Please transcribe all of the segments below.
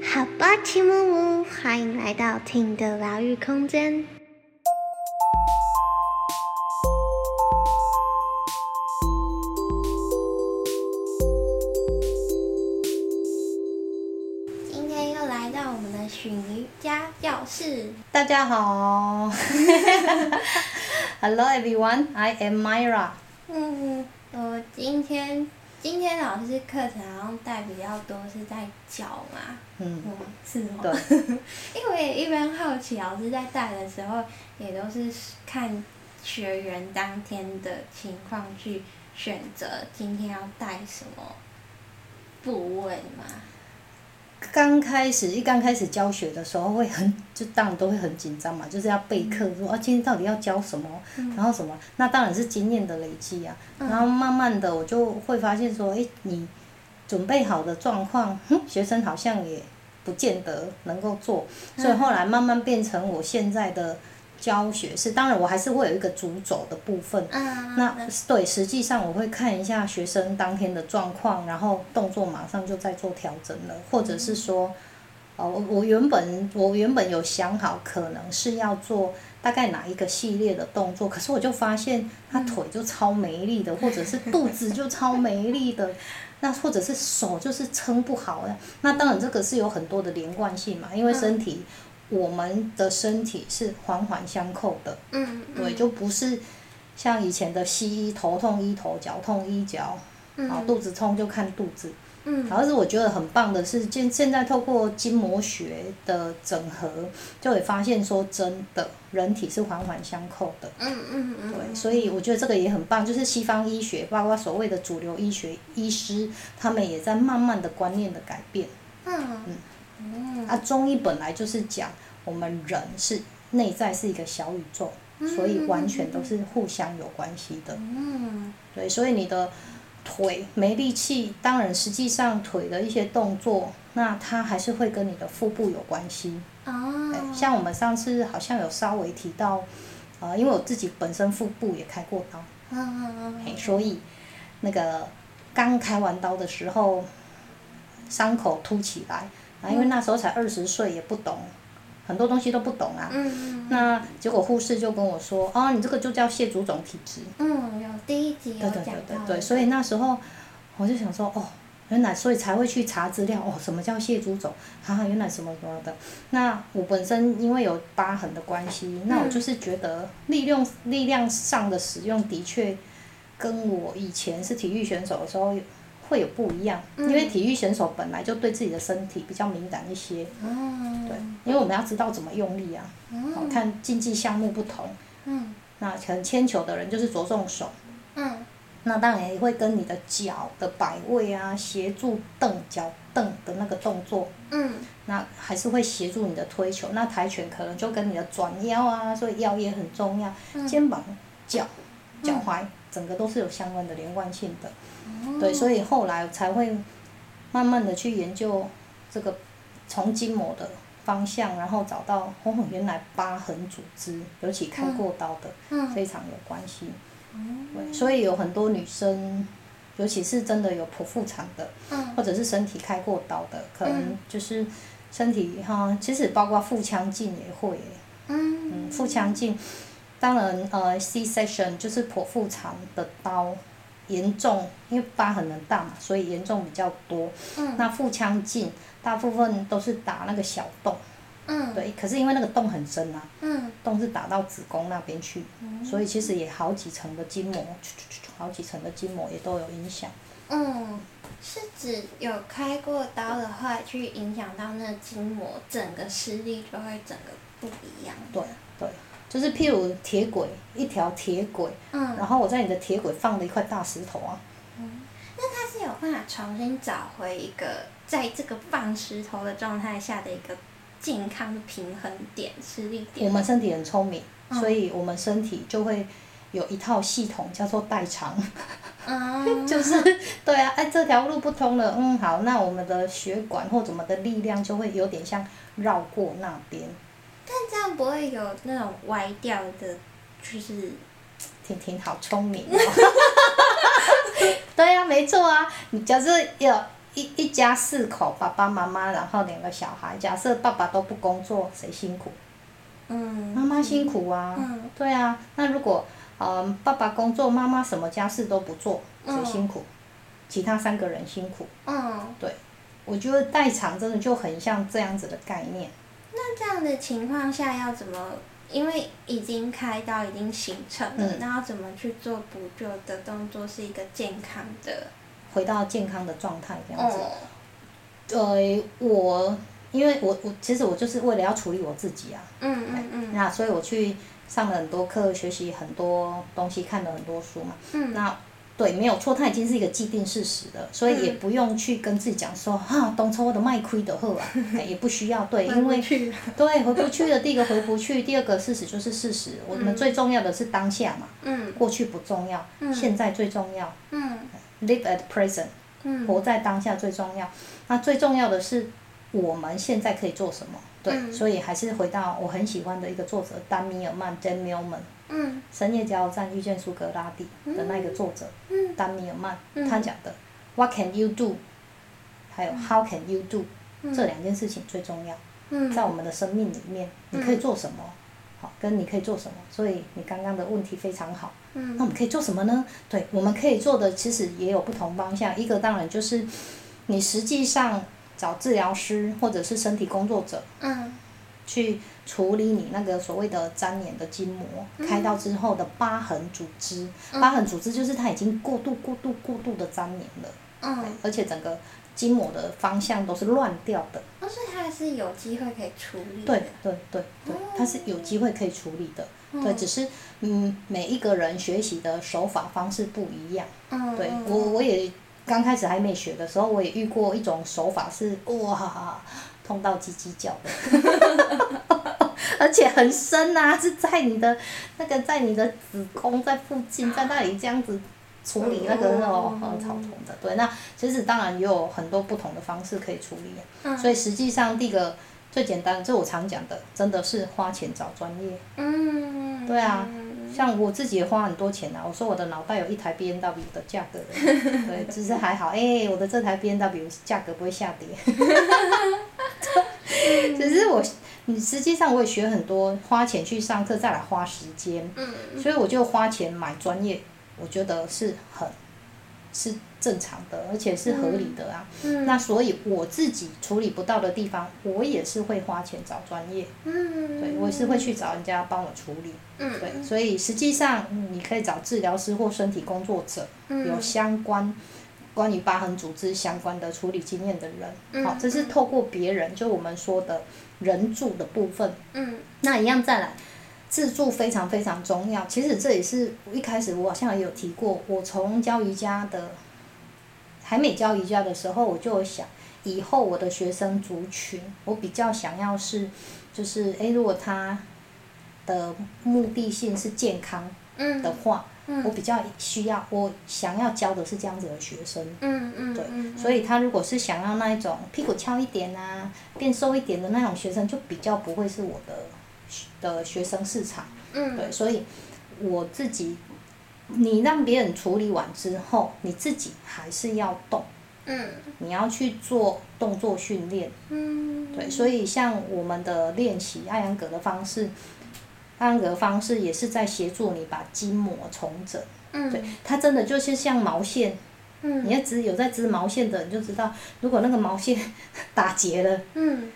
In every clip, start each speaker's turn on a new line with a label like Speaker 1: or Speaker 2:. Speaker 1: 好吧，奇木木，欢迎来到听的疗愈空间。今天又来到我们的寻瑜伽教室。
Speaker 2: 大 家好，Hello everyone, I am Myra。
Speaker 1: 嗯，我今天今天老师课程好像带比较多是在脚嘛，
Speaker 2: 嗯，
Speaker 1: 嗯，是哦。
Speaker 2: 对，
Speaker 1: 因为我也一般好奇，老师在带的时候也都是看学员当天的情况去选择今天要带什么部位嘛。
Speaker 2: 刚开始一刚开始教学的时候会很，就当然都会很紧张嘛，就是要备课，说啊今天到底要教什么，
Speaker 1: 嗯
Speaker 2: 然后什么，那当然是经验的累积啊。
Speaker 1: 嗯
Speaker 2: 然后慢慢的我就会发现说，哎，你准备好的状况，哼，学生好像也不见得能够做，
Speaker 1: 嗯
Speaker 2: 所以后来慢慢变成我现在的教学是，当然我还是会有一个主轴的部分。
Speaker 1: 嗯，
Speaker 2: 哦那对，实际上我会看一下学生当天的状况，然后动作马上就在做调整了，或者是说，哦，我我原本我原本有想好可能是要做大概哪一个系列的动作，可是我就发现他腿就超没力的，或者是肚子就超没力的，那或者是手就是撑不好的，那当然这个是有很多的连贯性嘛，因为身体、我们的身体是环环相扣的。
Speaker 1: 嗯，嗯
Speaker 2: 对，就不是像以前的西医头痛医头，脚痛医脚，然后
Speaker 1: 嗯
Speaker 2: 肚子痛就看肚子。
Speaker 1: 嗯
Speaker 2: 然后是我觉得很棒的是，现现在透过筋膜学的整合，就会发现说真的，人体是环环相扣的。
Speaker 1: 嗯嗯嗯，
Speaker 2: 对，所以我觉得这个也很棒，就是西方医学，包括所谓的主流医学医师，他们也在慢慢的观念的改变。
Speaker 1: 嗯嗯
Speaker 2: 啊，中医本来就是讲我们人是内在是一个小宇宙，所以完全都是互相有关系的。
Speaker 1: 嗯
Speaker 2: 对，所以你的腿没力气，当然实际上腿的一些动作，那它还是会跟你的腹部有关系。哎
Speaker 1: 哦，
Speaker 2: 像我们上次好像有稍微提到，呃，因为我自己本身腹部也开过刀，
Speaker 1: 嗯嗯
Speaker 2: 哎，
Speaker 1: 嗯
Speaker 2: 所以那个刚开完刀的时候，伤口凸起来，啊，因为那时候才二十岁，也不懂，很多东西都不懂啊。
Speaker 1: 嗯嗯
Speaker 2: 那结果护士就跟我说，哦，你这个就叫蟹足肿体质。
Speaker 1: 嗯，有第一集有讲到
Speaker 2: 对对对
Speaker 1: 这
Speaker 2: 对
Speaker 1: 个，
Speaker 2: 对，所以那时候我就想说，哦，原来所以才会去查资料，哦，什么叫蟹足肿？啊，原来什么什么的。那我本身因为有疤痕的关系，那我就是觉得力量力量上的使用的确跟我以前是体育选手的时候会有不一样，因
Speaker 1: 嗯
Speaker 2: 为体育选手本来就对自己的身体比较敏感一些，
Speaker 1: 嗯
Speaker 2: 对，因为我们要知道怎么用力啊，好
Speaker 1: 嗯
Speaker 2: 看竞技项目不同，
Speaker 1: 嗯
Speaker 2: 那可能铅球的人就是着重手。
Speaker 1: 嗯
Speaker 2: 那当然也会跟你的脚的摆位啊，协助蹬脚蹬的那个动作，
Speaker 1: 嗯
Speaker 2: 那还是会协助你的推球。那跆拳可能就跟你的转腰啊，所以腰也很重要，
Speaker 1: 嗯，
Speaker 2: 肩膀、脚、脚踝，整个都是有相关的连贯性的。
Speaker 1: 哦
Speaker 2: 对，所以后来才会慢慢的去研究这个从筋膜的方向，然后找到哦，原来疤痕组织，尤其开过刀的，
Speaker 1: 嗯哦
Speaker 2: 非常有关系。对，所以有很多女生，尤其是真的有剖腹产的，
Speaker 1: 嗯
Speaker 2: 或者是身体开过刀的，可
Speaker 1: 嗯
Speaker 2: 能就是身体哈，其实包括腹腔镜也会，
Speaker 1: 嗯
Speaker 2: 嗯，腹腔镜，当然呃，C section 就是剖腹产的刀，严重因为疤痕很大嘛，所以严重比较多。
Speaker 1: 嗯
Speaker 2: 那腹腔镜大部分都是打那个小洞，
Speaker 1: 嗯
Speaker 2: 对，可是因为那个洞很深啊，
Speaker 1: 嗯
Speaker 2: 洞是打到子宫那边去，所以其实也好几层的筋膜，好几层的筋膜也都有影响。
Speaker 1: 嗯，是指有开过刀的话，去影响到那筋膜，整个视力就会整个不一样。
Speaker 2: 对对，就是譬如铁轨，一条铁轨，
Speaker 1: 嗯，
Speaker 2: 然后我在你的铁轨放了一块大石头啊，
Speaker 1: 它是有办法重新找回一个在这个放石头的状态下的一个健康的平衡点、视力点。
Speaker 2: 我们身体很聪明，
Speaker 1: 嗯
Speaker 2: 所以我们身体就会有一套系统叫做代偿，
Speaker 1: 嗯，
Speaker 2: 就是 对啊，哎，这条路不通了，嗯，好，那我们的血管或者我们的力量就会有点像绕过那边，
Speaker 1: 但这样不会有那种歪掉的，就是
Speaker 2: 婷婷 啊好聪明、哦。对呀、没错啊。你假设有一一家四口，爸爸妈妈，然后两个小孩，假设爸爸都不工作，谁辛苦？
Speaker 1: 嗯，
Speaker 2: 妈妈辛苦啊。
Speaker 1: 嗯
Speaker 2: 对啊，那如果嗯爸爸工作，妈妈什么家事都不做，谁
Speaker 1: 嗯
Speaker 2: 辛苦？其他三个人辛苦。
Speaker 1: 嗯，
Speaker 2: 我觉得代偿真的就很像这样子的概念。
Speaker 1: 那这样的情况下要怎么？因为已经开刀已经形成了，
Speaker 2: 嗯
Speaker 1: 那要怎么去做补救的动作是一个健康的？
Speaker 2: 回到健康的状态这样子，
Speaker 1: 哦，
Speaker 2: 呃，我因为我我其实我就是为了要处理我自己啊，
Speaker 1: 嗯嗯嗯
Speaker 2: 那所以我去上了很多课，学习很多东西，看了很多书嘛。
Speaker 1: 嗯，
Speaker 2: 那对，没有错，它已经是一个既定事实了，所以也
Speaker 1: 嗯
Speaker 2: 不用去跟自己讲说啊，当初我的卖亏的货 啊，哎也不需要对，因为
Speaker 1: 去，
Speaker 2: 对回不去的，第一个回不去，第二个事实就是事实。我们
Speaker 1: 嗯
Speaker 2: 最重要的是当下嘛，
Speaker 1: 嗯
Speaker 2: 过去不重要，
Speaker 1: 嗯
Speaker 2: 现在最重要
Speaker 1: 嗯
Speaker 2: ，live at present，
Speaker 1: 嗯，
Speaker 2: 活在当下最重要。那最重要的是我们现在可以做什么？对，
Speaker 1: 嗯
Speaker 2: 所以还是回到我很喜欢的一个作者丹米尔曼 （Dan Millman），《
Speaker 1: 嗯
Speaker 2: 深夜加油站遇见苏格拉底》的那个作者、
Speaker 1: 嗯
Speaker 2: 丹米尔曼，
Speaker 1: 嗯
Speaker 2: 他讲的 “What can you do”，还有 “How can you do”、
Speaker 1: 嗯
Speaker 2: 这两件事情最重要，
Speaker 1: 嗯
Speaker 2: 在我们的生命里面，你可以做什么？好，跟你可以做什么？所以你刚刚的问题非常好。那
Speaker 1: 嗯
Speaker 2: 我们可以做什么呢？对，我们可以做的其实也有不同方向。一个当然就是你实际上找治疗师或者是身体工作者
Speaker 1: 嗯
Speaker 2: 去处理你那个所谓的粘连的筋膜，开刀之后的疤痕组织，
Speaker 1: 嗯
Speaker 2: 疤痕组织就是它已经过度、过度、过度的粘连了，对
Speaker 1: 嗯，
Speaker 2: 而且整个筋膜的方向都是乱掉的。
Speaker 1: 但是它是有机会可以处理的，
Speaker 2: 对对对对，它是有机会可以处理的。对，
Speaker 1: 嗯
Speaker 2: 只是嗯，每一个人学习的手法方式不一样。
Speaker 1: 嗯，
Speaker 2: 对
Speaker 1: 嗯
Speaker 2: 我我也刚开始还没学的时候，我也遇过一种手法是哇，痛到叽叽叫的， 而且很深呐、是在你的那个在你的子宫在附近，在那里这样子。处理那个哦，
Speaker 1: 嗯
Speaker 2: 呃草丛的，对，那其实当然也有很多不同的方式可以处理、
Speaker 1: 嗯
Speaker 2: 所以实际上第一个最简单的，这我常讲的，真的是花钱找专业，
Speaker 1: 嗯，
Speaker 2: 对啊
Speaker 1: 嗯
Speaker 2: 像我自己也花很多钱啊，我说我的脑袋有一台 B N W 的价格 了，对，只是还好，哎、我的这台 B N W 价格不会下跌。
Speaker 1: 嗯
Speaker 2: 只是我，你实际上我也学很多，花钱去上课，再来花时间，
Speaker 1: 嗯
Speaker 2: 所以我就花钱买专业，我觉得是很是正常的，而且是合理的啊。
Speaker 1: 嗯
Speaker 2: 那所以我自己处理不到的地方，我也是会花钱找专业，
Speaker 1: 嗯，
Speaker 2: 对我也是会去找人家帮我处理。
Speaker 1: 嗯
Speaker 2: 对，所以实际上嗯你可以找治疗师或身体工作者，
Speaker 1: 嗯
Speaker 2: 有相关关于疤痕组织相关的处理经验的人，
Speaker 1: 嗯
Speaker 2: 好，这是透过别人，就我们说的人助的部分。
Speaker 1: 嗯
Speaker 2: 那一样再来，自助非常非常重要。其实这也是一开始我好像也有提过，我从教瑜伽的，还没教瑜伽的时候，我就有想，以后我的学生族群，我比较想要是，就是诶，如果他的目的性是健康
Speaker 1: 嗯
Speaker 2: 的话，
Speaker 1: 嗯
Speaker 2: 我比较需要，我想要教的是这样子的学生。
Speaker 1: 嗯嗯
Speaker 2: 对
Speaker 1: 嗯，
Speaker 2: 所以他如果是想要那一种屁股翘一点啊，变瘦一点的那种学生，就比较不会是我的学的学生市场。
Speaker 1: 嗯
Speaker 2: 对，所以我自己，你让别人处理完之后，你自己还是要动，
Speaker 1: 嗯
Speaker 2: 你要去做动作训练。
Speaker 1: 嗯
Speaker 2: 对，所以像我们的练习艾扬格的方式，艾扬格的方式也是在协助你把筋膜重整。
Speaker 1: 嗯
Speaker 2: 对，它真的就是像毛线。
Speaker 1: 嗯
Speaker 2: 你要织有在织毛线的，你就知道，如果那个毛线 打结了，
Speaker 1: 嗯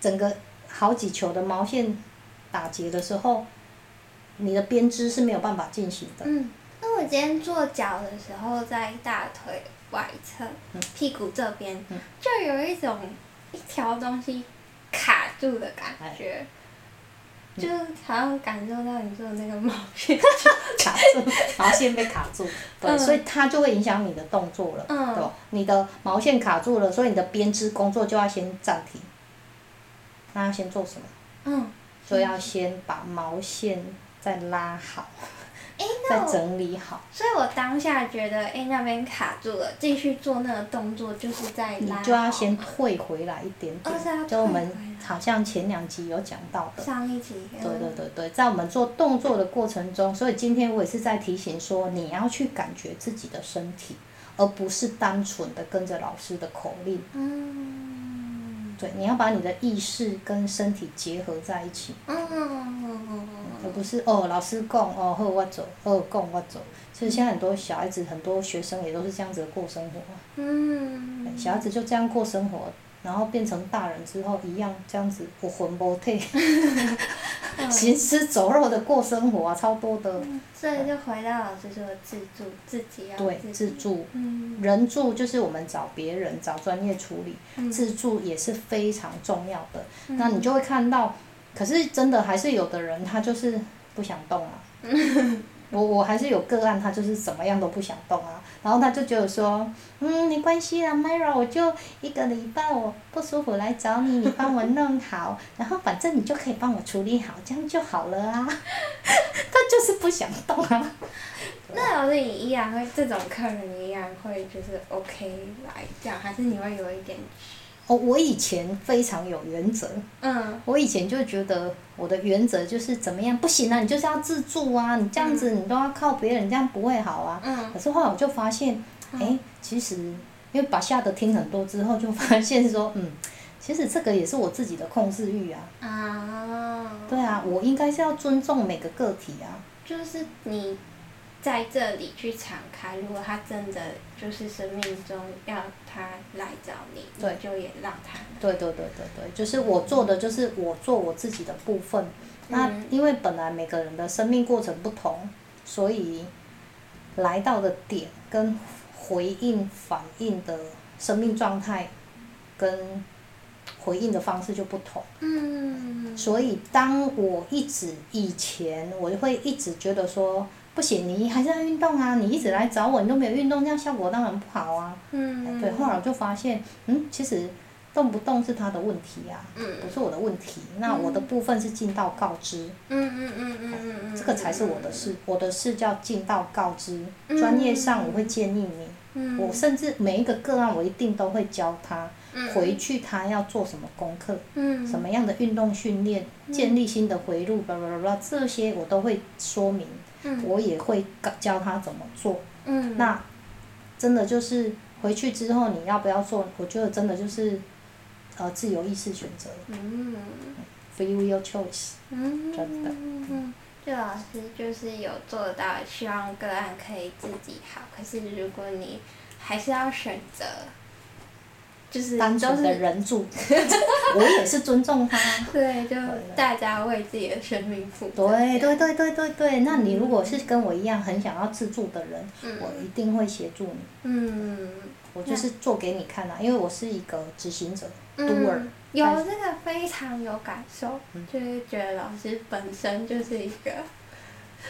Speaker 2: 整个好几球的毛线打结的时候，你的编织是没有办法进行的。
Speaker 1: 嗯，那我今天做脚的时候，在大腿外侧、屁股这边，
Speaker 2: 嗯
Speaker 1: 就有一种一条东西卡住的感觉。
Speaker 2: 哎嗯
Speaker 1: 就好像感受到你做的那个毛线，
Speaker 2: 卡住，毛线被卡住，对，
Speaker 1: 嗯
Speaker 2: 所以它就会影响你的动作了，
Speaker 1: 嗯
Speaker 2: 对吧？你的毛线卡住了，所以你的编织工作就要先暂停。那要先做什么？
Speaker 1: 嗯，
Speaker 2: 就要先把毛线再拉好，
Speaker 1: 哎、
Speaker 2: 再
Speaker 1: 那我，
Speaker 2: 整理好。
Speaker 1: 所以我当下觉得，哎、那边卡住了，继续做那个动作，就是在
Speaker 2: 你
Speaker 1: 拉好，
Speaker 2: 就要先退回来一点
Speaker 1: 哦是要退回
Speaker 2: 点，
Speaker 1: 来
Speaker 2: 就我们好像前两集有讲到的，
Speaker 1: 上一集，
Speaker 2: 对对对对，在我们做动作的过程中，所以今天我也是在提醒说，你要去感觉自己的身体，而不是单纯的跟着老师的口令。
Speaker 1: 嗯，
Speaker 2: 对，你要把你的意识跟身体结合在一起，
Speaker 1: 嗯嗯嗯嗯
Speaker 2: 而
Speaker 1: 嗯
Speaker 2: 不是哦老师供哦后我走，哦供我走。其实现在很多小孩子、很多学生也都是这样子过生活啊、
Speaker 1: 嗯，嗯
Speaker 2: 哎小孩子就这样过生活，然后变成大人之后一样这样子，我魂不退， 行尸走肉的过生活啊，超多的。
Speaker 1: 嗯所以就回到老师说的自助，自己要
Speaker 2: 对，
Speaker 1: 自
Speaker 2: 自
Speaker 1: 己，
Speaker 2: 助
Speaker 1: 嗯，
Speaker 2: 人助就是我们找别人找专业处理，
Speaker 1: 嗯
Speaker 2: 自助也是非常重要的。
Speaker 1: 嗯
Speaker 2: 那你就会看到，可是真的还是有的人他就是不想动啊。我我还是有个案，他就是怎么样都不想动啊，然后他就觉得说，嗯，没关系啦，Myra，我就一个礼拜我不舒服来找你，你帮我弄好，然后反正你就可以帮我处理好，这样就好了啊。 他就是不想动啊。
Speaker 1: 那老师你依然会这种客人，你依然会就是 OK 来这样，还是你会有一点，
Speaker 2: 哦，我以前非常有原则，
Speaker 1: 嗯
Speaker 2: 我以前就觉得我的原则就是怎么样不行啊，你就是要自助啊，你这样子你都要靠别人，这样不会好啊。
Speaker 1: 嗯
Speaker 2: 可是后来我就发现，哎、
Speaker 1: 嗯
Speaker 2: 其实因为把下的听很多之后，就发现说，嗯， 其实这个也是我自己的控制欲啊。
Speaker 1: 啊，
Speaker 2: 对啊，我应该是要尊重每个个体啊。
Speaker 1: 就是你在这里去敞开，如果他真的就是生命中要他来找你，
Speaker 2: 对
Speaker 1: 你就也让他来，
Speaker 2: 对对对对对，就是我做的就是我做我自己的部分。那
Speaker 1: 嗯
Speaker 2: 因为本来每个人的生命过程不同，所以来到的点跟回应反应的生命状态跟回应的方式就不同。
Speaker 1: 嗯，
Speaker 2: 所以当我一直以前，我就会一直觉得说，不行，你还是要运动啊，你一直来找我，你都没有运动，这样效果当然不好啊。
Speaker 1: 嗯，
Speaker 2: 对，后来我就发现，嗯，其实动不动是他的问题啊，
Speaker 1: 嗯
Speaker 2: 不是我的问题。那我的部分是尽到告知，
Speaker 1: 嗯嗯嗯嗯嗯嗯，
Speaker 2: 这个才是我的事。我的事叫尽到告知，
Speaker 1: 嗯
Speaker 2: 专业上我会建议你，
Speaker 1: 嗯，
Speaker 2: 我甚至每一个个案我一定都会教他回去他要做什么功课，
Speaker 1: 嗯
Speaker 2: 什么样的运动训练，建立新的回路，巴拉巴拉，这些我都会说明，
Speaker 1: 嗯
Speaker 2: 我也会教他怎么做。
Speaker 1: 嗯
Speaker 2: 那真的就是回去之后你要不要做，我觉得真的就是呃自由意识选择
Speaker 1: 嗯
Speaker 2: ，free will choice。
Speaker 1: 嗯
Speaker 2: 真的
Speaker 1: 嗯，就老师就是有做到，希望个案可以自己好。可是如果你还是要选择，就是
Speaker 2: 单
Speaker 1: 都
Speaker 2: 纯的
Speaker 1: 是
Speaker 2: 人 住，我也是尊重他。
Speaker 1: 对，就大家为自己的生命负责。
Speaker 2: 对对对对对对，那你如果是跟我一样很想要自助的人，
Speaker 1: 嗯
Speaker 2: 我一定会协助你。
Speaker 1: 嗯
Speaker 2: 我就是做给你看啊，因为我是一个执行者。Doer，
Speaker 1: 嗯，有这个非常有感受，
Speaker 2: 嗯
Speaker 1: 就是觉得老师本身就是一个。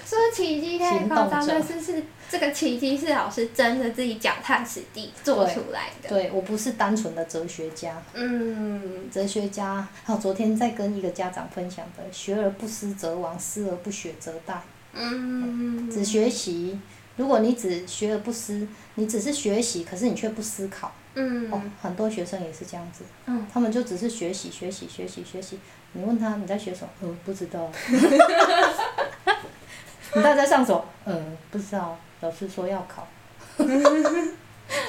Speaker 1: 说奇迹太夸张，
Speaker 2: 行动
Speaker 1: 但
Speaker 2: 者
Speaker 1: 是是这个奇迹是老师真的自己脚踏实地做
Speaker 2: 对
Speaker 1: 出来的。
Speaker 2: 对我不是单纯的哲学家，
Speaker 1: 嗯，
Speaker 2: 哲学家。还有昨天在跟一个家长分享的“学而不思则罔，思而不学则殆”。
Speaker 1: 嗯，
Speaker 2: 只学习，如果你只学而不思，你只是学习，可是你却不思考。
Speaker 1: 嗯
Speaker 2: 哦，很多学生也是这样子，
Speaker 1: 嗯，
Speaker 2: 他们就只是学习，学习，学习，学习。你问他你在学什么？呃，不 知道。你到底在上什么？呃，不知道。老师说要 考，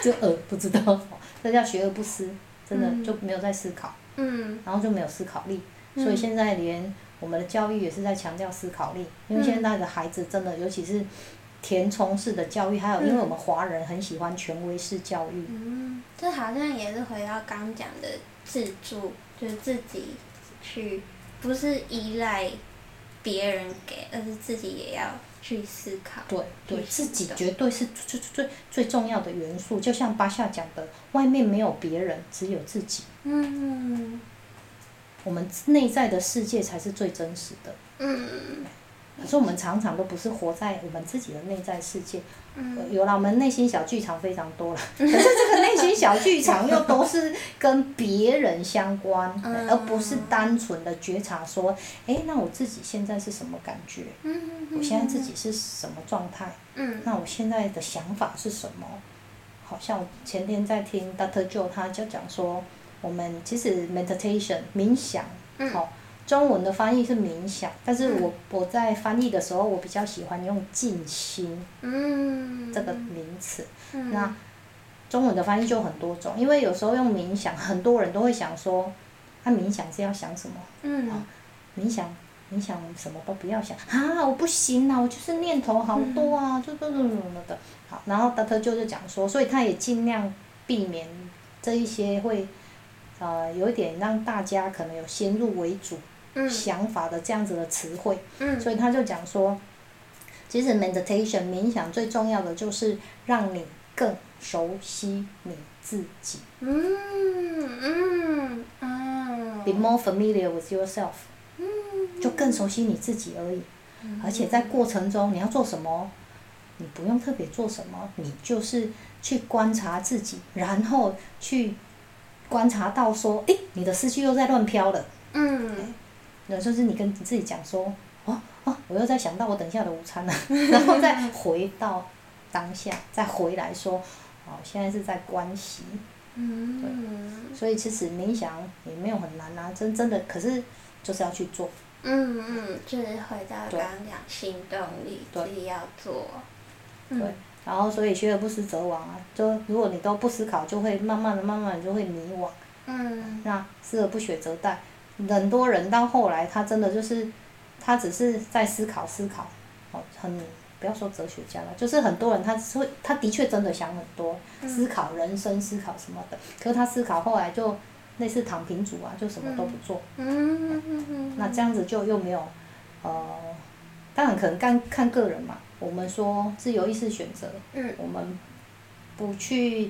Speaker 2: 就呃不知道。这叫学而不思，真的、
Speaker 1: 嗯
Speaker 2: 就没有在思考，
Speaker 1: 嗯
Speaker 2: 然后就没有思考力。
Speaker 1: 嗯
Speaker 2: 所以现在连我们的教育也是在强调思考力，因为现在的孩子真的，尤其是填充式的教育，还有因为我们华人很喜欢权威式教育，
Speaker 1: 嗯，这好像也是回到刚讲的自助，就是自己去，不是依赖别人给，而是自己也要去思考。
Speaker 2: 对对，
Speaker 1: 是
Speaker 2: 自己
Speaker 1: 的
Speaker 2: 绝对是最最最最重要的元素。就像巴夏讲的，外面没有别人，只有自己，
Speaker 1: 嗯
Speaker 2: 我们内在的世界才是最真实的。
Speaker 1: 嗯
Speaker 2: 可是我们常常都不是活在我们自己的内在世界，
Speaker 1: 嗯
Speaker 2: 有啦，我们内心小剧场非常多了，可是这个内心小剧场又都是跟别人相关，
Speaker 1: 嗯
Speaker 2: 而不是单纯的觉察说，诶，那我自己现在是什么感觉？
Speaker 1: 嗯，
Speaker 2: 我现在自己是什么状态？
Speaker 1: 嗯
Speaker 2: 那我现在的想法是什么？好像我前天在听 Dr. Joe 他就讲说，我们其实 meditation 冥想，
Speaker 1: 嗯
Speaker 2: 好、中文的翻译是冥想，但是
Speaker 1: 嗯
Speaker 2: 我我在翻译的时候，我比较喜欢用静心
Speaker 1: 嗯
Speaker 2: 这个名词。
Speaker 1: 嗯
Speaker 2: 那中文的翻译就很多种，因为有时候用冥想，很多人都会想说，啊，冥想是要想什么？
Speaker 1: 嗯，
Speaker 2: 冥想，冥想我们什么都不要想啊，我不行啊，我就是念头好多啊，就这种什么的。好，然后 Dr. 就是讲说，所以他也尽量避免这一些会，呃，有一点让大家可能有先入为主
Speaker 1: 嗯
Speaker 2: 想法的这样子的词汇。
Speaker 1: 嗯
Speaker 2: 所以他就讲说，其实 meditation 冥想最重要的就是让你更熟悉你自己、
Speaker 1: 嗯嗯嗯
Speaker 2: b e more familiar with yourself，、就更熟悉你自己而已。而且在过程中你要做什么，你不用特别做什么，你就是去观察自己，然后去观察到说，诶，你的思绪又在乱飘了。
Speaker 1: 嗯
Speaker 2: 那就是你跟你自己讲说，哦哦，我又在想到我等一下的午餐了， 然后再回到当下，再回来说，哦，现在是在关系，
Speaker 1: 嗯
Speaker 2: 所以其实冥想也没有很难啊，真真的，可是就是要去做，
Speaker 1: 嗯嗯，就是回到
Speaker 2: 对
Speaker 1: 刚刚讲行动力，
Speaker 2: 对
Speaker 1: 自己要做，
Speaker 2: 对，然后所以学而不思则罔啊，就如果你都不思考，就会慢慢的、慢慢的就会迷惘，
Speaker 1: 嗯
Speaker 2: 那思而不学则殆，很多人到后来他真的就是，他只是在思考思考，哦，很不要说哲学家了，就是很多人他是会，他的确真的想很多，
Speaker 1: 嗯
Speaker 2: 思考人生，思考什么的，可是他思考后来就类似躺平族啊，就什么都不做，
Speaker 1: 嗯嗯，
Speaker 2: 那这样子就又没有，呃，当然可能看看个人嘛，我们说自由意识选择，
Speaker 1: 嗯
Speaker 2: 我们不去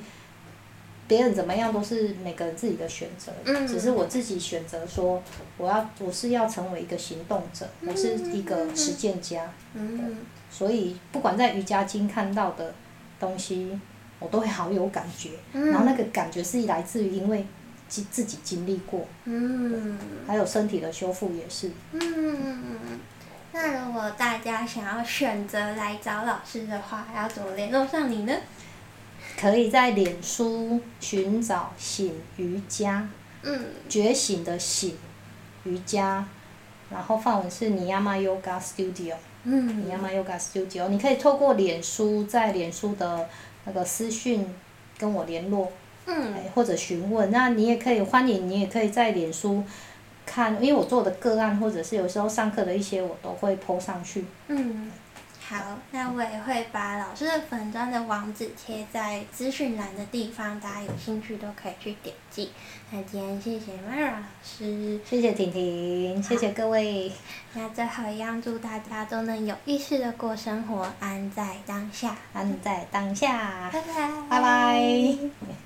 Speaker 2: 别人怎么样都是每个人自己的选择，
Speaker 1: 嗯
Speaker 2: 只是我自己选择说我要我是要成为一个行动者，我是一个实践家，
Speaker 1: 嗯
Speaker 2: 所以不管在瑜伽经看到的东西，我都会好有感觉，
Speaker 1: 嗯
Speaker 2: 然后那个感觉是来自于因为自自己经历过，
Speaker 1: 嗯
Speaker 2: 还有身体的修复也是，
Speaker 1: 嗯，那如果大家想要选择来找老师的话，要怎么联络上你呢？
Speaker 2: 可以在脸书寻找醒瑜伽。
Speaker 1: 嗯
Speaker 2: 觉醒的醒，瑜伽，然后范文是 Niyama Yoga Studio，Niyama、
Speaker 1: 嗯
Speaker 2: Yoga Studio，你可以透过脸书在脸书的那个私讯跟我联络，
Speaker 1: 嗯
Speaker 2: 哎，或者询问，那你也可以欢迎你也可以在脸书看，因为我做的个案或者是有时候上课的一些我都会 PO 上去，
Speaker 1: 嗯，好，那我也会把老师的粉砖的网址贴在资讯栏的地方，大家有兴趣都可以去点击。那今天谢谢 Mara 老师，
Speaker 2: 谢谢婷婷，谢谢各位，
Speaker 1: 那最后一样祝大家都能有意识的过生活，安在当下，
Speaker 2: 安在当下，
Speaker 1: 拜拜，
Speaker 2: 拜拜。